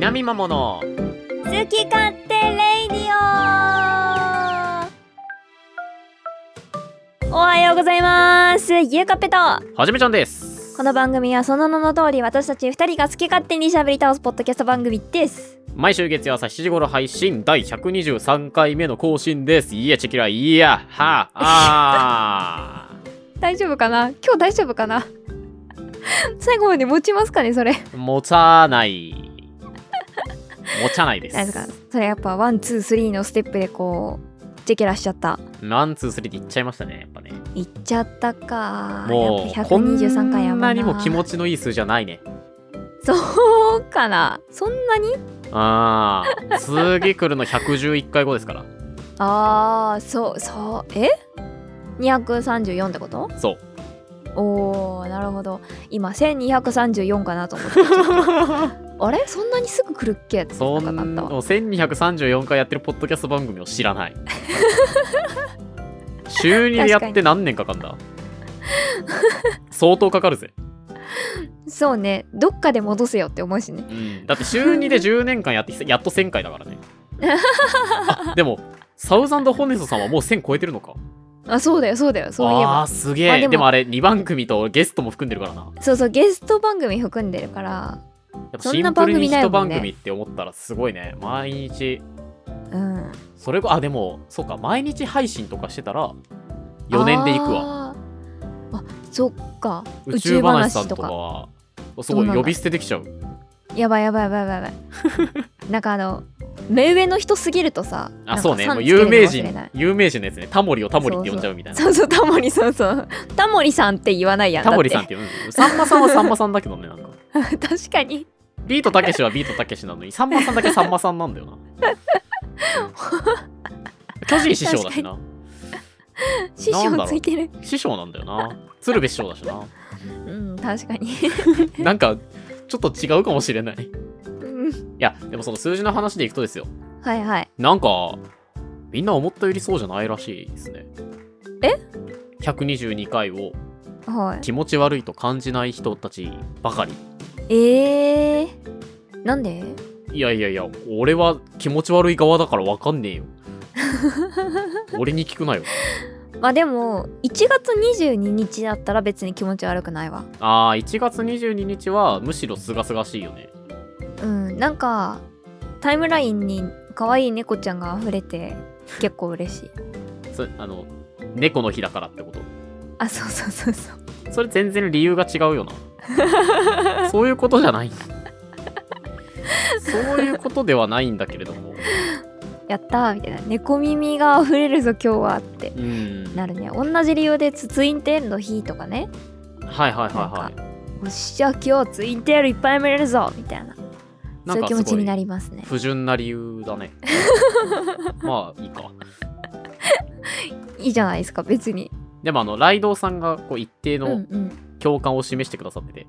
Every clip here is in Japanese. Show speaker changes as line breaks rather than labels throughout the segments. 南桃の
好き勝手レイディオおはようございますゆうかぺと
はじめちゃんです
この番組はその名の通り私たち二人が好き勝手に喋り倒すポッドキャスト番組です
毎週月曜朝7時頃配信第123回目の更新ですいやチキラいやはあ
大丈夫かな今日大丈夫かな最後まで持ちますかねそれ
持たない持たないです
大丈夫かなそれやっぱワンツースリーのステップでこうチェケラしちゃった
ワンツースリーって言っちゃいましたねやっぱね
いっちゃったか
も
や
う
っぱ
こん
123回やもんな
なにも気持ちのいい数じゃないね
そうかなそんなに
ああ次来るの111回後ですから
あーそうそうえ234ってこと
そう
おーなるほど今1234かなと思ってちょっと あれそんなにすぐ来るっけって
そ
なんん
な
かなったわ
1234回やってるポッドキャスト番組を知ら ない週2でやって何年かかんだ相当かかるぜ、
そうねどっかで戻せよって思うしね
うん、だって週2で10年間やってやっと1000回だから ねあでもサウザンドホネストさんはもう1000超えてるのか
あそうだよそうだよそういえ
あ
ば
あすげ
まあ
え
で
で
も
もあれ2番組とゲストも含んでるからな
そうそうゲスト番組含んでるから
やっぱ
そ
シ
んな
ンプ
番
ルに
組ない
一
もん
番
ね
組って思ったらすごいね毎日
うん
それこあでもそうか毎日配信とかしてたら4年でいくわ
わあーあそっか
宇宙話さんとかはすご
どう
い
なんだ
呼び捨てできちゃう
やばいやばいやばいやばい なんかあの目上の人すぎるとさなん
あ
か
そうね
さん
もう
つけ
有
るかも
名
しれ
人
ない
有名人のやつねタモリをタモリって呼んじゃうみたいな
そうそうタモリそうそうタモリさんって言わないやん
タモリさんっ
だ
て呼ぶのさんまさんはさんまさんだけどねなんか
って 確かに
ビートたけしはビートたけしなのにさんまさんだけさんまさんなんだよな巨人師匠だしな
師
なんだろ
匠
う
ついてる
師匠なんだよな鶴瓶師匠だしな
うん確 かに
なんかちょっと違うかもしれないい
うん
やでもその数字の話でいくとですよ
はいはい
なんかみんな思ったよりそうじゃないらしいですね
え
?122 回を
はい
気持ち悪いと感じない人たちばかり
えー、なんで
いやいやいや俺は気持ち悪い側だからわかん ねえよ俺に聞くなよ
まあでも1月22日だったら別に気持ち悪くないわ
あー1月22日はむしろすがすがしいよね
うんなんかタイムラインに可愛い猫ちゃんが溢れて結構嬉しい
そあの猫の日だからってこと
あそうそうそうそう
それ全然理由が違うよ なそういうことじゃないそういうことではないんだけれども
やったーみたいな猫耳が溢れるぞ今日はって
うん
なるね同じ理由でツツインテールの日とかね
はいはいはいはい
おっしゃ今日ツインテールいっぱい見れるぞみたいな
な
そう
ん
いう
か
気
す
持ち
ごい
になりますね
不純な理由だ ねまあいいか
いいじゃないですか別に
でもあのライドウさんがこう一定
うんう
の
ん
共感を示してくださってて、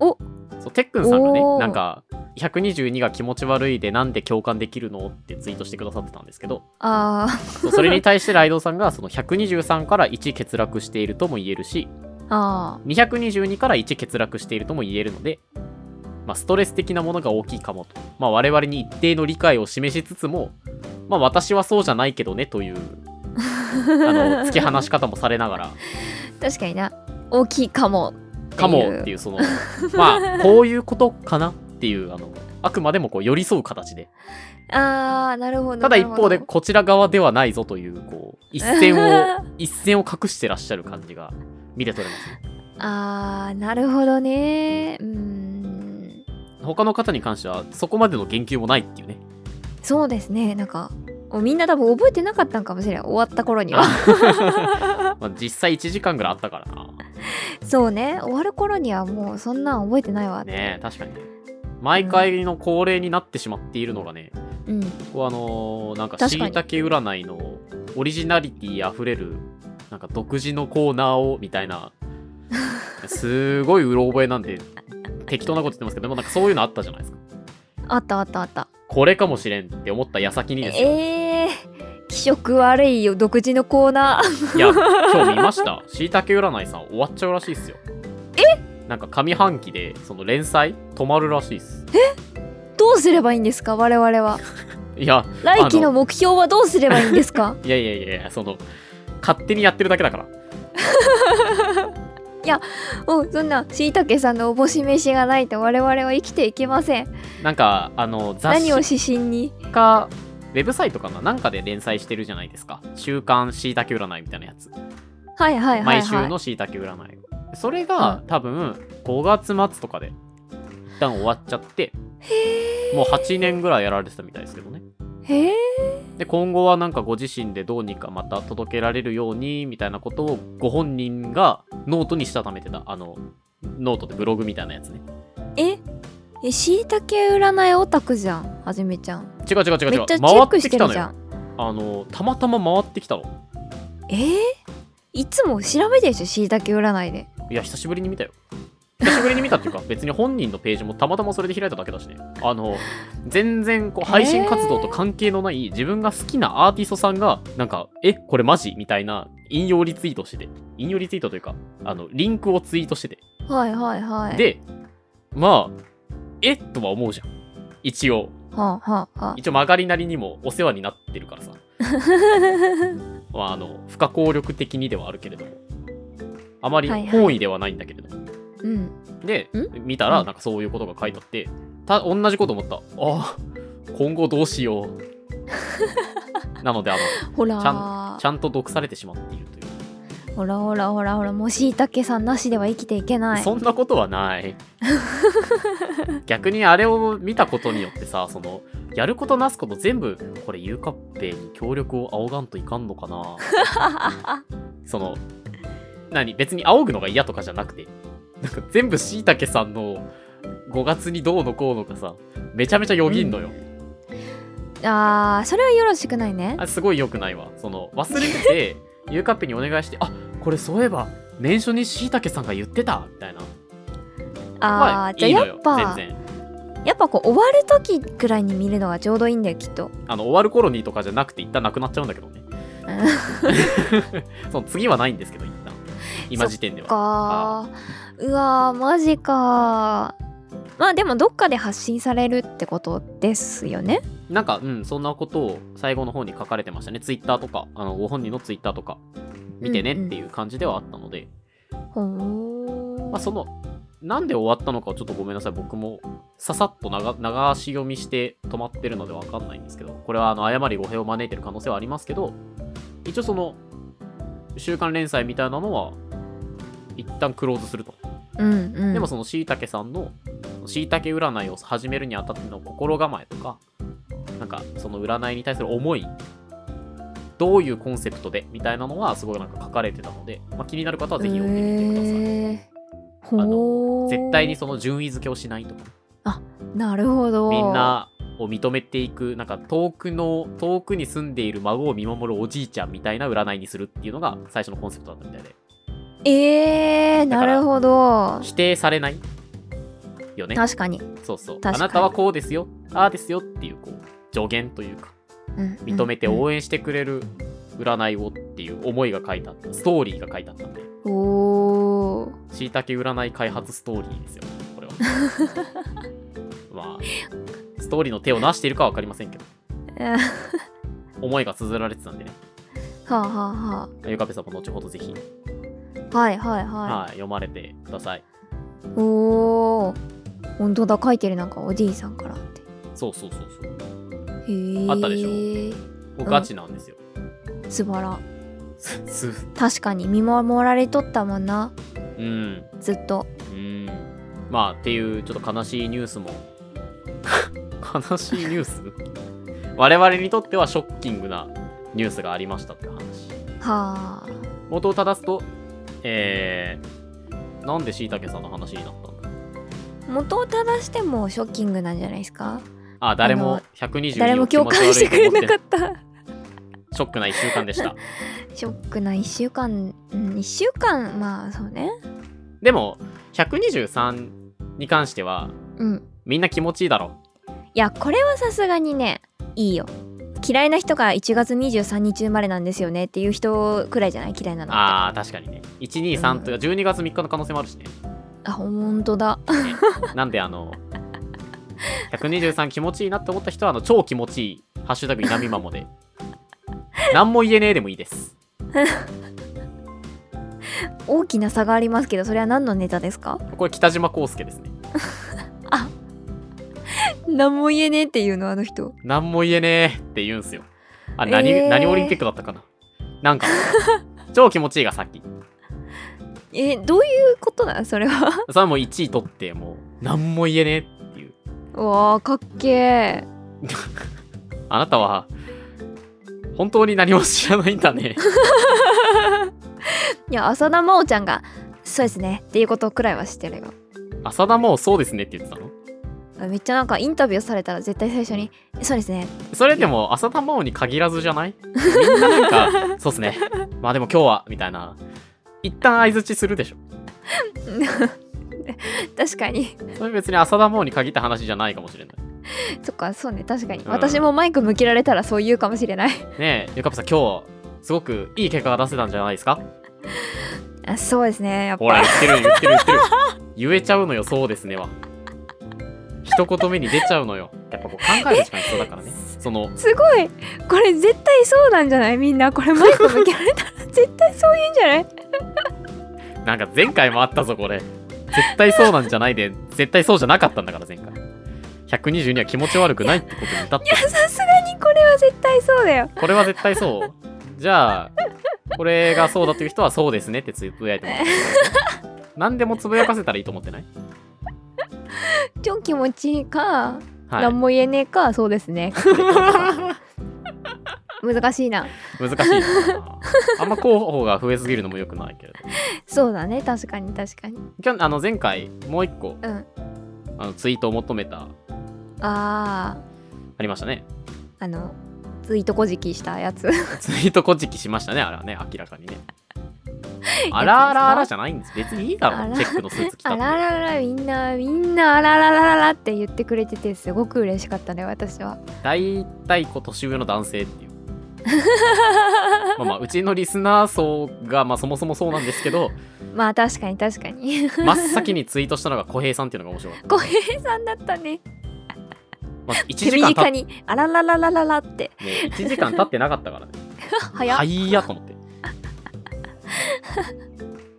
お
そうてっくんさんが
お
ね
ー
なんか122が気持ち悪いでなんで共感できるのってツイートしてくださってたんですけど
あー
そうそれに対してライドウさんがその123から1欠落しているとも言えるし
あ
222から1欠落しているとも言えるので、まあ、ストレス的なものが大きいかもと、まあ、我々に一定の理解を示しつつも、まあ、私はそうじゃないけどねというあの突き放し方もされながら
ー 確かにな大きいかも
かもっていうその まあこういうことかなっていうあのあくまでもこう寄り添う形 で
あーなるほど
ただ
な
一
るほ
方
ど
でこちら側ではないぞというこう一線を一線を隠してらっしゃる感じが見て取れますね
あーなるほどねうーん
他の方に関してはそこまでの言及もないっていう ね
そうですねなんかおみんな多分覚えてなかったんかもしれない終わった 頃には
まあ、実際1時間ぐらいあったからな。
そうね終わる頃にはもうそんなん覚えてないわって、
ねえ、確かにね。毎回の恒例になってしまっているのがね、
うん
こうあのーなんか、し
確かに
いたけ占いのオリジナリティあふれる、なんか独自のコーナーを、みたい な、すごいうろ覚えなんで、適当なこと言ってますけど、でもなんかそういうのあったじゃないですか。
あったあったあった
これかもしれんって思った矢先にですよ。
えー、気色悪いよ独自のコーナー
いや、今日見ました。しいたけ占いさん終わっちゃうらしいっすよ。なんか上半期でその連載止まるらしいです
どうすればいいんですか我 々はい
や
来期の目標はどうすればいいんですか
い やいやいやいやその勝手にやってるだけだから
もうそんなしいたけさんのおぼし飯がないと我々は生きていけません
なんかあの雑
何を
誌
指針に
かウェブサイトかななんかで連載してるじゃないですか「週刊しいたけ占い」みたいなやつ
はいはいはい
毎週
はい
のしいたけ占いそれが多分5月末とかで一旦終わっちゃってもう8年ぐらいやられてたみたいですけどね
へえ
で今後はなんかご自身でどうにかまた届けられるようにみたいなことをご本人がノートにしたためてたあのノートでブログみたいなやつね
ええしいたけ占いオタクじゃんはじめちゃん
違う違う違う
め
違
っ
う
ちゃチェ
回
ッ
っ
ク
て
し
き
て
た
る
の
じゃ
よ
ん
あのたまたま回ってきたの
えー、いつも調べてるでしょしいたけ占いで
いや久しぶりに見たよ久しぶりに見たっていう か別に本人のページもたまたまそれで開いただけだしねあの全然こう配信活動と関係のない自分が好きなアーティストさんがなんか「えこれマジ?」みたいな引用リツイートしてて引用リツイートというかあのリンクをツイートしてて
はいはいはい
でまあえとは思うじゃん一応
はあはあはあ
一応曲がりなりにもお世話になってるから さまああの不可抗力的にではあるけれどもあまり
はいはい
本意ではないんだけれども、
うん
で
ん
見たら
うん
なんかそういうことが書いてあってた同じこと思ったああ今後どうしよう なのであの
ほら
ちゃちゃんと毒されてしまっているという、
ほらほらほらほらもうしいたけさんなしでは生きていけない
そんなことはない 逆にあれを見たことによってさそのやることなすこと全部これゆうかっぺに協力を仰がんといかんのかな その何別に仰ぐのが嫌とかじゃなくてなんか全部しいたけさんの5月にどうのこうのがさめちゃめちゃよぎんのよ、
あーそれはよろしくないね
あすごい良くないわその忘れて てゆうかっぺにお願いしてあこれそういえば年初にしいたけさんが言ってたみたいなま
あーじゃ
いい
あ
の
や
よ
っぱ
全然
やっぱこう終わる時くらいに見るのがちょうどいいんだよきっと
あの終わる頃にとかじゃなくて一旦なくなっちゃうんだけどね その次はないんですけど一旦今時点では
かーうわーマジかーまあでもどっかで発信されるってことですよね
なんかうんそんなことを最後の方に書かれてましたねツイッターとかあのご本人のツイッターとか見てねっていう感じではあったので、
ほー
まあ、そのなんで終わったのかはちょっとごめんなさい僕もささっと流流し読みして止まってるのでわかんないんですけどこれはあの誤り語弊を招いてる可能性はありますけど一応その週刊連載みたいなのは一旦クローズすると、
うんうん
でもそのしいたけさんのしいたけ占いを始めるにあたっての心構えとかなんかその占いに対する思いどういうコンセプトでみたいなのはすごいなんか書かれてたので、まあ、気になる方はぜひ読んでみてください、
えーほー
絶対にその順位付けをしないとか
なるほど
みんなを認めていくなんか遠くの遠くに住んでいる孫を見守るおじいちゃんみたいな占いにするっていうのが最初のコンセプトだったみたいで
えー、なるほど
否定されないよね
確かに、
そうそう
確か
あ
に
なたはこうですよああですよっていうこう助言というか
うん、
認めて
うん
応援してくれる占いをっていう思いが書いてあったストーリーが書いてあったんで
おー
しいたけ占い開発ストーリーですよこれ はまあストーリーの手をなしているかは分かりませんけど
えー は
思いが綴られてたんでね
あ、はあは
ゆかぺさんも後ほどぜひ、
あ、はいはいは
はい、読まれてください
い、おお本当だ書いてるなんかおじいさんからって
そうそうそうそう
へえ
あったでし
ょ
もうガチなんですよ、
素晴ら
すす
確かに見守られとったもんな
うん
ずっと
うんまあっていうちょっと悲しいニュースも 悲しいニュース 我々にとってはショッキングなニュースがありましたって話
はあ
元を正すとえー、なんでしいたけさんの話になったんだ
元を正してもショッキングなんじゃないですか
あ誰
あ
も
の誰
122
も
を気
共
持ち
感してく
悪いと思
れな
っ
か
て
った
ショックな1週間でした
ショックな1週間うん1週間まあそうね
でも123に関しては
うん
みんな気持ちいいだろ
いやこれはさすがにねいいよ嫌いな人が1月23日生まれなんですよねっていう人くらいじゃない嫌いなのって
あー確かにね123とか12月3日の可能性もあるしね
ああ本当だ
なんであの123気持ちいいなって思った人はあの超気持ちいい「ハッシュタグいなみまも」で何も言えねえでもいいです
大きな差がありますけどそれは何のネタですか
これ北島康介ですね
何も言えねえっていうのあの人
何も言えねえって言うんすよあ何,、
えー
何オリンピックだったかななんか超気持ちいいがさっき
えどういうことなんそれは
それはもう1位取ってもう何も言えねえっていう
う わあかっけえ
あなたは本当に何も知らないんだね
いや浅田真央ちゃんがそうですねっていうことくらいは知ってるよ
浅田真央そうですねって言ってたの
めっちゃなんかインタビューされたら絶対最初に「そうですね
それでも浅田真央に限らずじゃないみんななんかそうっすねまあでも今日はみたいな一旦相づちするでしょ」
確かに
それ別に浅田真央に限った話じゃないかもしれない
そっかそうね確かに、
うん
私もマイク向けられたらそう言うかもしれない
ねえゆかぷさん今日すごくいい結果が出せたんじゃないですか
あそうですねやっ
ほら
ぱ
言ってる言ってる言ってる言えちゃうのよそうですねは一言目に出ちゃうのよやっぱこう考える時間必要だからねその
すごいこれ絶対そうなんじゃないみんなこれマイク向けられたら絶対そう言うんじゃない
なんか前回もあったぞこれ絶対そうなんじゃないで絶対そうじゃなかったんだから前回122は気持ち悪くないってことに至ってる
さすがにこれは絶対そうだよ
これは絶対そうじゃあこれがそうだという人はそうですねってつぶやいてもらって何でもつぶやかせたらいいと思ってない、
超気持ちいいか、
はい
何、も言えねえかそうですね難しいな
難しいなあんま候補が増えすぎるのも良くないけれど
そうだね確かに確かに
今日あの前回もう一個
うん
あのツイートを求めた
あ
あ
ー
りましたね
あのツイートこじきしたやつ
ツイートこじきしましたねあれはね明らかにねあらあらあらじゃないんです別にいいだ
あ
ろ
ら
チェックのスーツ着た
あ
って
らららみんなみんなあらららららって言ってくれててすごく嬉しかったね私は
大体こう年上の男性っていうまあまあうちのリスナー層が、まあ、そもそもそうなんですけど
まあ確かに確かに
真っ先にツイートしたのが小平さんっていうのが面白かっ
小平さんだったね
た、まあ、1
手
時間
短
たね
にあららららららって
1時間経ってなかったからね
早っ、
はいやと思って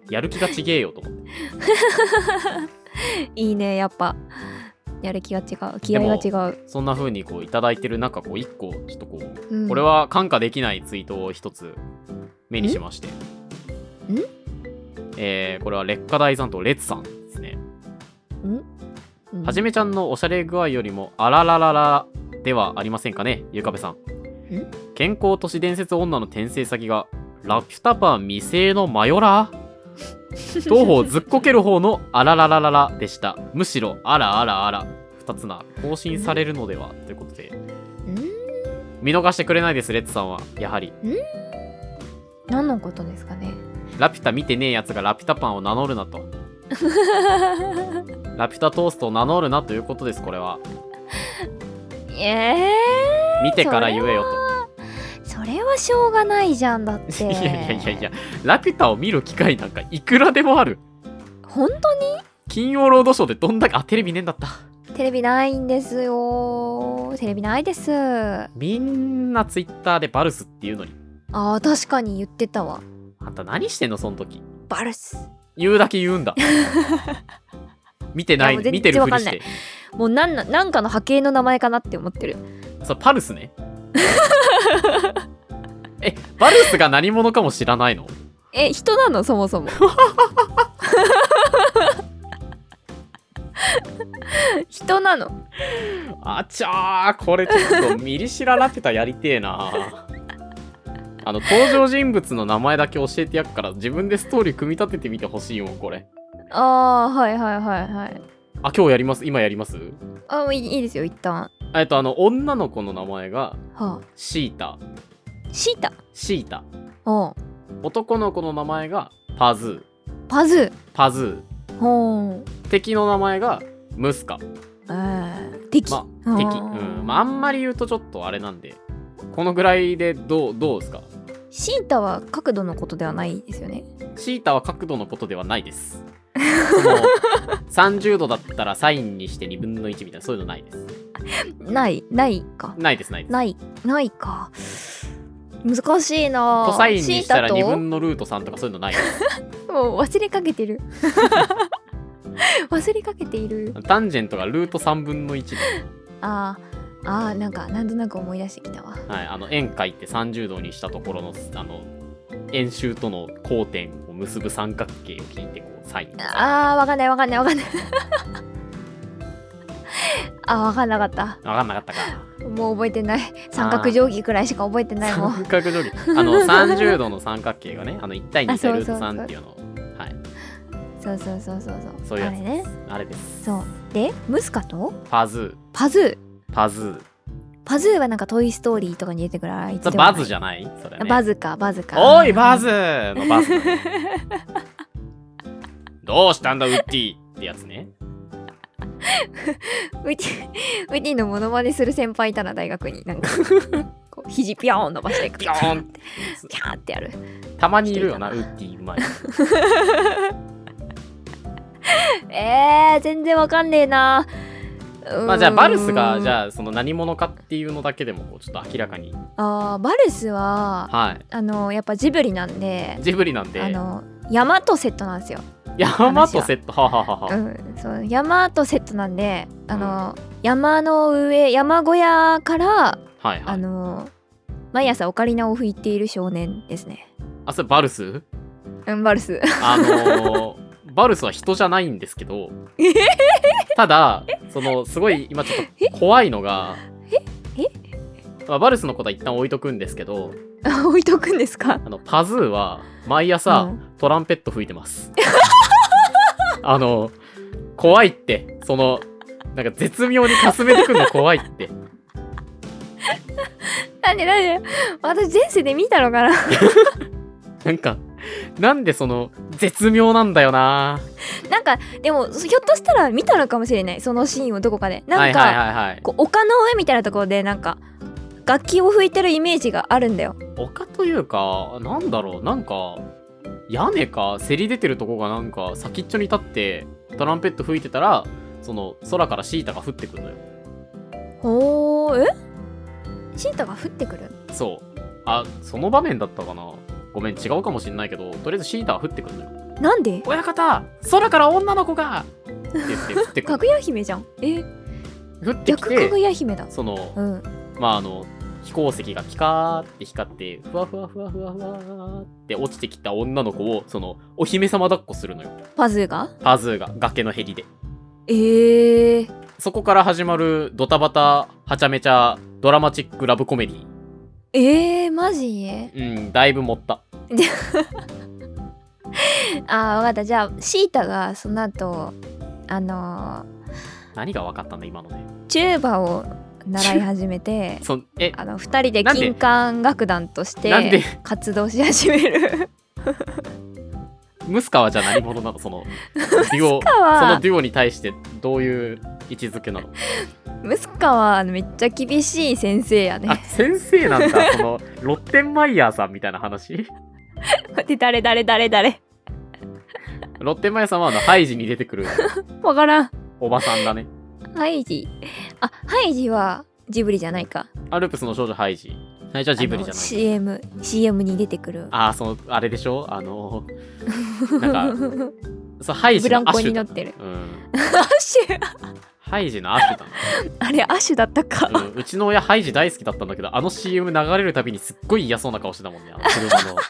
やる気がちげえよと思って
いいねやっぱやる気が違う気合が違う
そんな風にこういただいてる中こう1個ちょっとこう
うん
これは感化できないツイートを一つ目にしまして。えーこれは劣化大さんとレツさんですね。
うん
はじめちゃんのおしゃれ具合よりもあららららではありませんかね、ゆうかべさん。健康都市伝説女の転生先がラピュタパン未成のマヨラー当方ずっこける方のあらららららでした。むしろあらあらあら二つな更新されるのではということで
うん
見逃してくれないですレッツさんはやはり
何のことですかね
ラピュタ見てねえやつがラピュタパンを名乗るなと。ラピュタトーストを名乗るなということです、これは。
え
見てから言えよ
ー、それはしょうがないじゃんだっ
と。
て
いやいやいやいや、ラピュタを見る機会なんかいくらでもある。
本当に
金曜ロードショーでどんだけ、あ、テレビねえんだった。
テレビないんですよテレビないですあ
みんなツイッターでバルスっていうのに。
ー確かに言ってたわ
あんた何してんの、その時。
バルス
言うだけ言 うんだ。見てない
いやもう全然
見てるふりして。
もうなんななんかの波形の名前かなって思ってる
そう、パルスね。え、バルスが何者かも知らないの
え人なのそも そも人なの
あちゃーこれちょっとミリ知らラピュタやりてえ なあの登場人物の名前だけ教えてやっから自分でストーリー組み立ててみてほしいよこれ
ああはいはいはいはい
あ今日やります今やります
あもういいいいですよ一旦
えっとあの女の子の名前が
はあ
シータ
シータ
シータ
お
男の子の名前がパズ
パズ
ーパズ
ーほう
ー敵の名前がムスカ
えー、敵、
ま
あー
あ敵うんまああんまり言うとちょっとあれなんでこのぐらいでどうどうですか
シータは角度のことではないですよね
シータは角度のことではないですそ の30度だったらサインにして2分の1みたいなそういうのないです
ないないか
ないですないです
ないないか難しいな
コ
ぁ
サインにしたら
シー
2
タと
分のルート3とかそういうのないです
もう忘れかけて る忘れかけている
タンジェントがルート3分の1で、
あーあーなんかなんとなく思い出してきたわ
はい、あの円回って30度にしたところのあの円周との交点を結ぶ三角形を引いてこうサイン
あーわかんないわかんないわかんない あーわかんなかった
分かんなかったか
もう覚えてない三角定規くらいしか覚えてないもん
三角定規あ の30度の三角形がねあの1対2
あ
対
そう
ルート
そう
3っていうのをはい
そうそうそうそうそ
そうういうや
あれ
つ
ね
ですあれです
そうでムスカと
パズ
パズ
ーパズー
ーパズーはなんか「トイ・ストーリー」とかに出てくるあいつ
それバズじゃないそれ、ね、
バズかバズか
おいバズのバズどうしたんだウッディってやつね
ウィティウィティのモノマネする先輩いたな大学に なんかこう肘ピョーン伸ばしていく
ピョーンって
ピャーってやる
たまにいるよなウッディうまい
えー、全然わかんねえなうーん
まあじゃあバルスがじゃあその何者かっていうのだけでもこうちょっと明らかに
あーバルスは
はい
あのやっぱジブリなんで
ジブリなんで
あの山とセットなんですよ、
山とセットははは
う
は
ん、そう山とセットなんであの、山の上山小屋から
はいは
あ
い
の毎朝オカリナを吹いている少年ですね。
あそれバルス
うん、バルス。
あのーバルスは人じゃないんですけどただそのすごい今ちょっと怖いのが
え
まあバルスのことは一旦置いとくんですけど
置いとくんですか
あのパズーは毎朝、
うん
トランペット吹いてます あの怖いってそのなんか絶妙にかすめてくるの怖いってい
なんでなんで私前世で見たのかな
なんかなんでその絶妙なんだよな
なんかでもひょっとしたら見たのかもしれないそのシーンをどこかで。なんか、
はいはいはいはい
こう丘の上みたいなところでなんか楽器を吹いてるイメージがあるんだよ。
丘というかなんだろうなんか屋根かせり出てるとこがなんか先っちょに立ってトランペット吹いてたらその空からシータが降ってくるのよ
ほーえシータが降ってくる
そうあその場面だったかなごめん違うかもしんないけどとりあえずシータは降ってくるのよ
なんで
親方空から女の子がって言 って降ってく
か
る
ぐや姫じゃん。え
降ってき
逆かぐ
て
や姫だ。
その
うん。
まああの飛行石がピカーって光ってふわふわふわふわふわって落ちてきた女の子をそのお姫様抱っこするのよ
パズーが
パズーが崖のへりで
えー、
そこから始まるドタバタはちゃめちゃドラマチックラブコメディ
えー、マジ
うんだいぶ持った
あーわかったじゃあシータがその後あの
何が分かったんだ今のね
ー、チューバを習い始めて
そえ
あの2人で
なんで
金管楽団とし
なんで
て活動し始め る
ムスカはじゃあ何者なのそのデュオ
ムスカは
そのデュオに対してどういう位置づけなの
ムスカはめっちゃ厳しい先生や
あ
ね
先生なんだそのロッテンマイヤーさんみたいな話
待って誰誰誰誰
ロッテンマイヤーさんはあのハイジに出てくる
わからん
おばさんだね
ハイジあハイジはジブリじゃないか
アルプスの少女ハイジハイジはジブリじゃ
あの
ない
CM CM に出てくる
ああーそのあれでしょあ のなんかそうハイジ
ブラン
のア
コ
シュ
に乗
だ
ってる
うん
アッシ ュ
ハイジのアシュだ
あれアッシュだったか、
な、うん、うちの親ハイジ大好きだったんだけどあの CM 流れるたびにすっごい嫌そうな顔してたもんねあの車の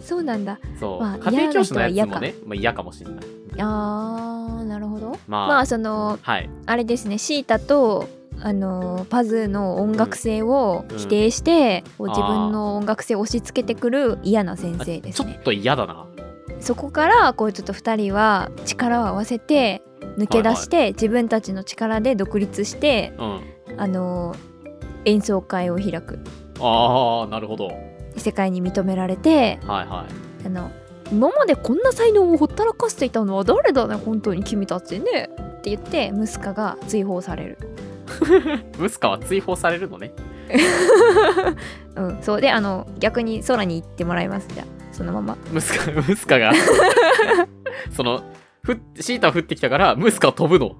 そうなんだ
そう、
まあ
家庭教師のや
嫌
つ
な人
も
は
ねまあ、嫌かもしれない
あーなるほど
まあ、
まあその
はい
あれですねシータとあのーパズーの音楽性を否定して、
ん
こう自分の音楽性を押し付けてくる嫌な先生で
ち
す
ょ
ね
っと嫌だな
そこからこうちょっと2人は力を合わせて抜け出して、自分たちの力で独立して
うん
あのー演奏会を開く
ああなるほどはい
世界に認められて
はい
あの今までこんな才能をほったらかしていたのは誰だね本当に君たちねって言ってムスカが追放される
ムスカは追放されるのね
うん、そうであ の逆に空に行ってもらいますじゃあそのまま
ムスカムスカがそのふっシータ降ってきたからムスカは飛ぶの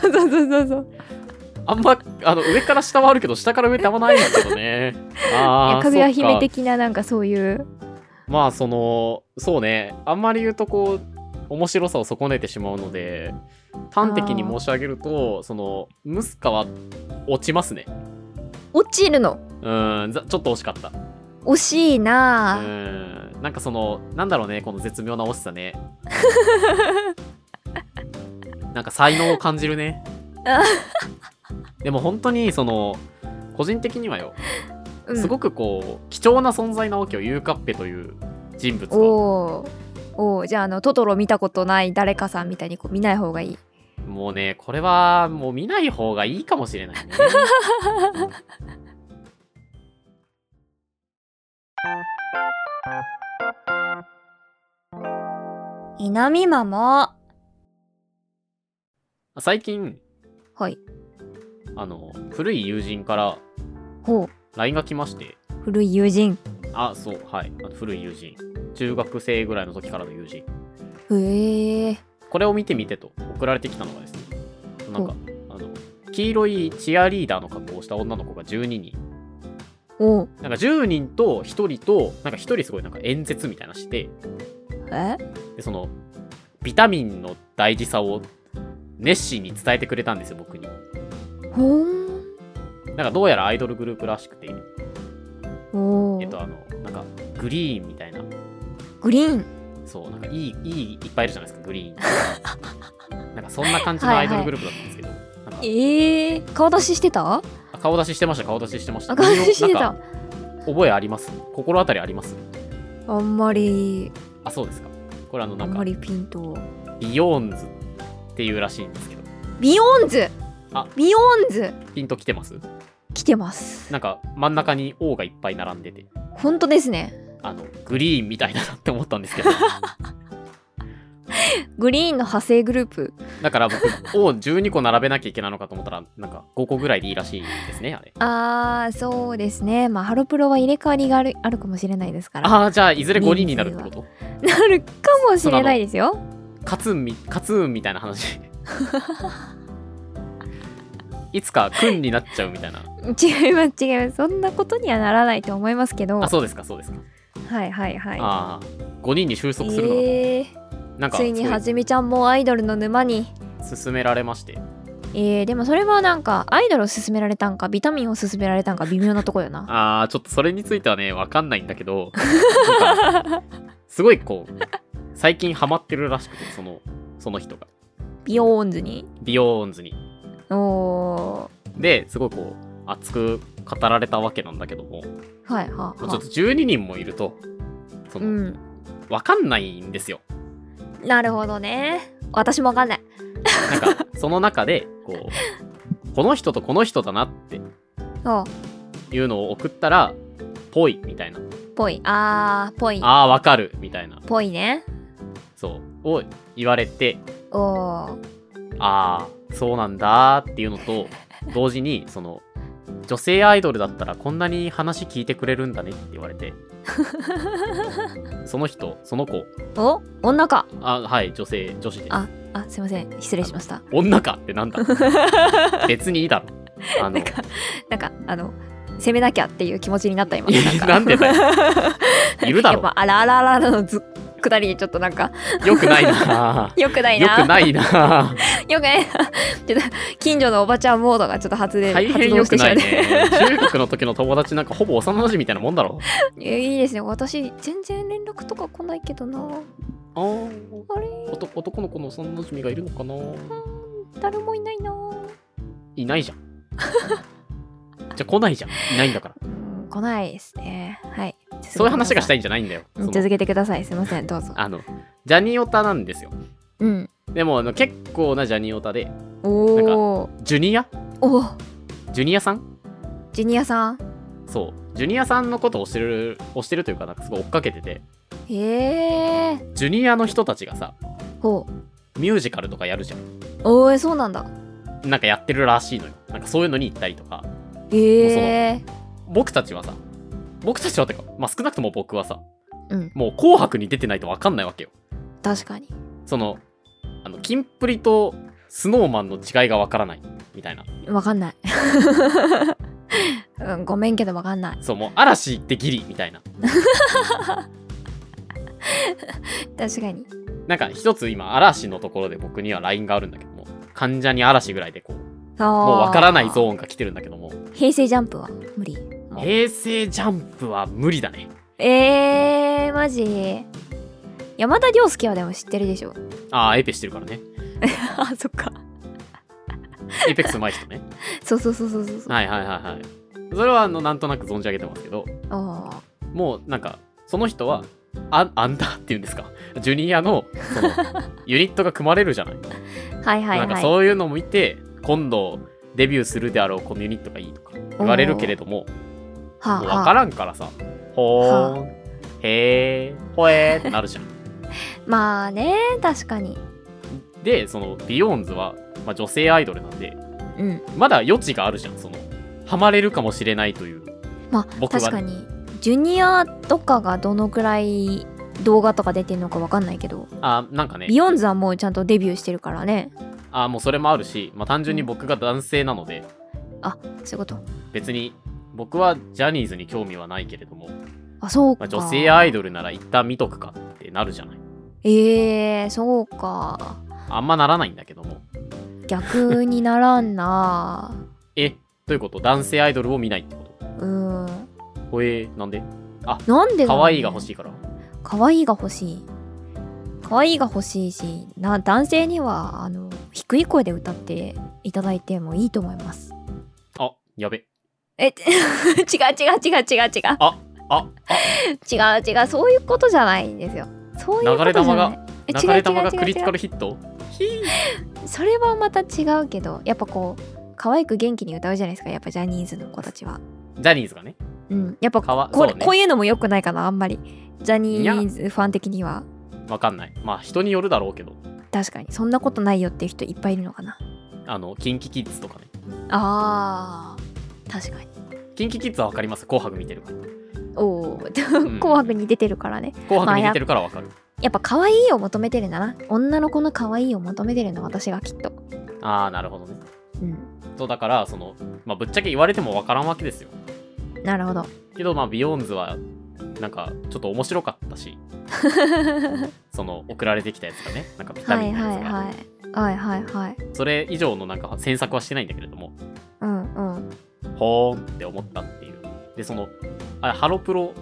そうそうそうそうそう
あんまあの上から下はあるけど下から上ってあんまないんだけど ね
い
あ
や
あ
かぐや姫
そっか
的ななんかそういう
まあそのそうねあんまり言うとこう面白さを損ねてしまうので端的に申し上げるとそのムスカは落ちますね
落ちるの
うんざちょっと惜しかった
惜しいうなあ
んなんかそのなんだろうねこの絶妙な惜しさ ねなんか才能を感じるね
あ
でも本当にその個人的にはよ
うん
すごくこう貴重な存在なわけよユーカッペという人物は
おーおーじゃああのトトロ見たことない誰かさんみたいにこう見ない方がいい
もうねこれはもう見ない方がいいかもしれないね
南ママ
最近
はい
あの古い友人から
ほ
LINE が来まして
う古い友人
あそうはいあの古い友人中学生ぐらいの時からの友人
へえ
これを見てみてと送られてきたのがですねなんか
ほ
あの黄色いチアリーダーの格好をした女の子が12人
おう
なんか10人と1人となんか1人すごいなんか演説みたいなのして
え
でそのビタミンの大事さを熱心に伝えてくれたんですよ僕に
ほん
なんかどうやらアイドルグループらしくて
おー
えっとあのなんかグリーンみたいな
グリーン
そうなんかいいいいいっぱいいるじゃないですかグ リーンなんかそんな感じのアイドルグループだったんですけど、なんか
えー、顔出ししてた
あ顔出ししてました顔出ししてました
あ顔出しして
な
た
んか覚えあります心当たりあります
あんまり
あそうですかこれあの
あ
なん
ん
か
まりピンと
ビヨーンズっていうらしいんですけど
ビヨーンズ
あ
ビヨーンズ
ピンときてます
来てます
なんか真ん中に O がいっぱい並んでて
本当ですね
あのグリーンみたいだなって思ったんですけ ど
グリーンの派生グループ
だから僕 O12 個並べなきゃいけないのかと思ったらなんか5個ぐらいでいいらしいですねあれ
あーそうですねまあハロプロは入れ替わりがあるあるかもしれないですから
ああじゃあいずれ5人になるってこと
なるかもしれないですよ
カツンみカツンみたいな 話いつか君になっちゃうみたいな
違います違いますそんなことにはならないと思いますけど
あそうですかそうですか、
はいはいはい
ああ5人に収束するのかと、
えー、
なんか
ついにはじめちゃんもアイドルの沼に
すごい勧められまして
えー、でもそれはなんかアイドルを勧められたんかビタミンを勧められたんか微妙なとこよな
ああちょっとそれについてはねわかんないんだけ どなんかすごいこう最近ハマってるらしくてそのその人が
ビヨーンズに
ビヨーンズに
おー
ですごいこう熱く語られたわけなんだけども、
はいは
ま
あ
あちょっ
は
と12人もいるとそ
あう
の、
ん
わかんないんですよ
なるほどね私もわかんない
なん かその中でこうこの人とこの人だなって
お
いうのを送ったらぽいみたいな
ぽいあーぽい
あーわかるみたいな
ぽいね
そうを言われて
おー
ああそうなんだーっていうのと同時にその女性アイドルだったらこんなに話聞いてくれるんだねって言われてその人その子
お女か
あはい女性女子で
ああすいません失礼しました
女かってなんだ別にいいだろあの
なんかなんかあの攻めなきゃっていう気持ちになった今
いや
なんか
なんでだいるだろ
やっぱあらあらあらあらのずくだりちょっとなんか
よくないな
よくない
よ
な
くないな
よくないな ちょっと近所のおばちゃんモードがちょっと発電
大
発
変
動
よ
し
く
てしま
な
う
い
ね
ね中学の時の友達なんかほぼ幼馴染みたいなもんだろ
え いいですね私全然連絡とか来ないけどな
あー
あれ
男男の子の幼馴染みがいるのかな
誰もいないない
ないじゃん じゃあ来ないじゃんいないんだ から
うん来ないですねはい
そういう話がした
い
いんじゃないんだよその
続けてくださいすいませんどうぞ
あのジャニオタなんですよ
うん
でもあの結構なジャニオタで
おー
ジュニア
お
ジュニアさん
ジュニアさん
そうジュニアさんのことを推してる推してるというかなんかすごい追っかけてて
へえ
ジュニアの人たちがさ
ほ
ミュージカルとかやるじゃん
うおーそうなんだ
なんかやってるらしいのよなんかそういうのに行ったりとか
へえ
僕たちはさ僕たちはてか、まあ、少なくとも僕はさ
うん
もう「紅白」に出てないと分かんないわけよ
確かに
そのあのキンプリとスノーマンの違いがわからないみたいな
わかんない、 うん、ごめんけどわかんない
そうもう嵐行ってギリみたいな
確かに
なんか一つ今嵐のところで僕には LINE があるんだけども患者に嵐ぐらいでこうも
も
うわからないゾーンが来てるんだけども
平成ジャンプは無理
平成ジャンプは無理だね
えー、マジ山田涼介はでも知ってるでし ょ
ああエペしてるからね
あそっか
エイペックス上手い人ね
そうそうそうそう そうそう、
はいはいはいはいそれはあのなんとなく存じ上げてますけど
あー
もうなんかその人はアアンダーっていうんですかジュニアのそのユニットが組まれるじゃない
はいはい
なんか
はい
そういうのも見て今度デビューするであろうこのユニットがいいとか言われるけれども
は
もう
あ
分
はあ
からんからさほーんへーほえーってなるじゃん
まあね確かに
でそのビヨーンズは、まあ、女性アイドルなんで
うん
まだ余地があるじゃんそのハマれるかもしれないという
まあ
僕は
確かにジュニアとかがどのくらい動画とか出てるのかわかんないけど、
あなんかね
ビヨンズはもうちゃんとデビューしてるからね
あもうそれもあるし、まあ、単純に僕が男性なので
そういうこと
別に僕はジャニーズに興味はないけれども、
あそう
ま
か
あ、女性アイドルなら一旦見とくかってなるじゃない
えー、そうか
あんまならないんだけども
逆にならんな
えどういうこと男性アイドルを見ないってこと
うん
ほえーなんで
なんで
可愛いが欲
い
しいから
可愛いが欲しい可愛いが欲しいしな男性にはあの低い声で歌っていただいてもいいと思います
あやべ
え 違う違う違う違う違う違
ああ
う違うそういうことじゃないんですよそういう
流
こと
れ
じゃ
弾
ない
が
え
流れ弾が
違う違う違う
クリティカルヒットひー
それはまた違うけどやっぱこう可愛く元気に歌うじゃないですかやっぱジャニーズの子たちは
ジャニーズがね
うんやっぱ
かわ
こ,、
そうね
こういうのも良くないかなあんまりジャニーズファン的には
わかんないまあ人によるだろうけど
確かにそんなことないよっていう人いっぱいいるのかな
あのキンキキッズとかね
あー確かに
キンキキッズはわかります紅白見てるから
おお
ん
紅白に出てるからね、
紅白に出てるからわかる、
やっぱ可愛いを求めてるんだな女の子の可愛いを求めてるの私がきっと
ああーなるほどね
うん
そうだからその、まあ、ぶっちゃけ言われてもわからんわけですよ
なるほど
けどまあビヨーンズはなんかちょっと面白かったし その送られてきたやつがねなんかビタ
は
ミ
い
ンの
は
や
い
つが、
はいはいはいはい
それ以上のなんか詮索はしてないんだけれども
うんうん
ほーんって思ったっていうでそのあれハロプロ